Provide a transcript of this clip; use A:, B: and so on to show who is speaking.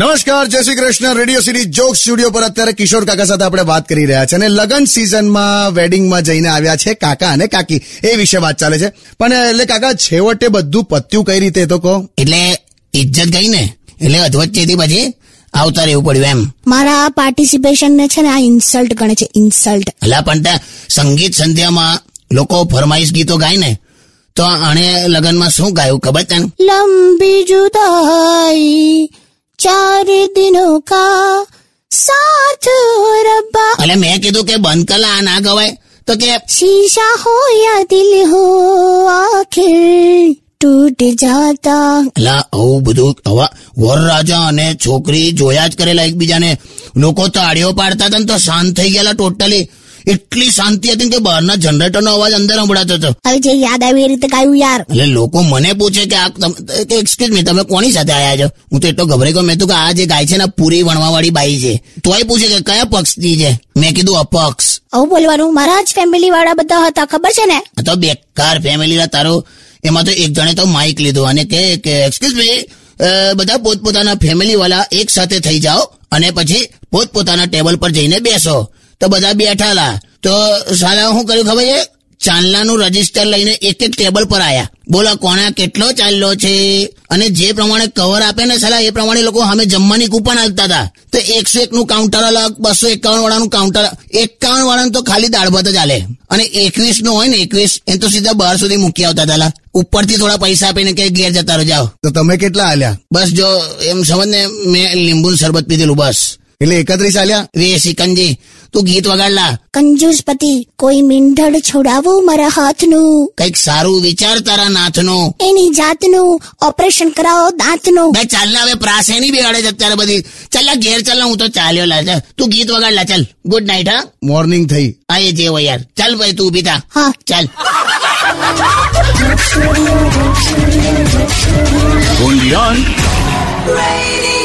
A: નમસ્કાર જય Shri Krishna Radio City joke studio પર અત્યારે કિશોર કાકા સાથે આપણે વાત કરી રહ્યા છે અને લગન સિઝનમાં વેડિંગમાં જઈને આવ્યા છે કાકા અને કાકી એ વિશે વાત ચાલે છે પણ એટલે કાકા છેવટે બધું પત્યું કઈ રીતે એ તો કહો
B: એટલે ઇજ્જત ગઈ ને એટલે અધવચ્ચેથી પછી આવતા રહેવું પડ્યું એમ
C: મારા આ પાર્ટિસિપેશન ને છે ને આ ઇન્સલ્ટ ગણે છે ઇન્સલ્ટ
B: એટલે પણ તે સંગીત સંધ્યામાં લોકો ફરમાઈશ ગીતો ગાય ને તો આણે લગ્નમાં શું ગાયું ખબર તને
C: લંબી જુદાઈ ચાર દિનો કા સાથ રબ્બા
B: એટલે મેં કીધું કે બંધ કલા આ ના ગવાય તો કે
C: शीशा हो या दिल हो आखिर टूट जाता
B: અલા આવું બધું હવા વર રાજા અને છોકરી જોયા જ કરેલા એકબીજાને લોકો તાળીઓ પાડતા હતા ને તો શાંત થઈ ગયેલા ટોટલી એટલી શાંતિ હતી ને કે બહારના જનરેટરનો અવાજ અંદર સંભળાતો હતો
C: હવે જે યાદ આવી એ રીતે ગાયું યાર
B: એટલે લોકો મને પૂછે કે આ તમ- કે એક્સક્યુઝ મી તમે કોની સાથે આયા છો હું તો એટલો ગભરાઈ ગયો મેં તો કે આ જે ગાય છે ને આ પૂરી વણવાવાળી બાઈ છે તોય પૂછે કે કયા પક્ષની છે મેં કીધું અપક્ષ
C: આવું બોલવાનું મારા જ ફેમિલી વાળા બધા હતા ખબર છે ને
B: આ તો બેકાર ફેમિલીના તારો એમાં તો એક જણે તો માઇક લીધો અને કે કે એક્સક્યુઝ મી બધા પોતપોતાના ફેમિલી વાળા એક સાથે થઈ જાઓ અને પછી પોતપોતાના ટેબલ પર જઈને બેસો તો બધા બેઠાલા તો સાલા શું કર્યું ખબર છે ચાંદલાનું રજીસ્ટર લઈને એક એક ટેબલ પર આયા બોલો કોણા કેટલો ચાલ્લો છે અને જે પ્રમાણે કવર આપે ને સાલા એ પ્રમાણે લોકો સામે જમવાની કૂપન આપતા હતા તો એકસો એક નું કાઉન્ટર અલગ બસો એકાવન વાળાનું કાઉન્ટર એકાવન વાળાનું તો ખાલી દાળ ભાત જ આલે અને એકવીસ નું હોય ને એકવીસ એ તો સીધા બહાર સુધી મૂકી આવતા હતા લા. ઉપરથી થોડા પૈસા આપીને કે ઘેર જતા રહો જાઓ
A: તો તમે કેટલા આલ્યા
B: બસ જો એમ સમજ ને મેં લીંબુનું શરબત પીધેલું બસ
A: એટલે એકત્રીસ આલ્યા
B: રે સિકંજી તું ગીત વગાડલા
C: કંજૂસ પતિ કોઈ મીંઢળ છોડાવું મારા હાથનું
B: કઈક સારું વિચાર તારા નાથનો
C: એની જાતનું ઓપરેશન કરાવો દાંતનું
B: બે ચાલ ના હવે પ્રાસે નહીં બેહાડે છે અત્યારે બધી ચાલ ના ઘેર ચાલ ના હું તો ચાલ્યો લા ચાલ. તું ગીત વગાડ લા ચાલ ગુડ નાઇટ હા
A: મોર્નિંગ થઈ
B: હા એ જે હોય યાર ચાલ ભાઈ તું ઉભી થા
C: હા
B: ચાલ
D: Undian.
E: Radio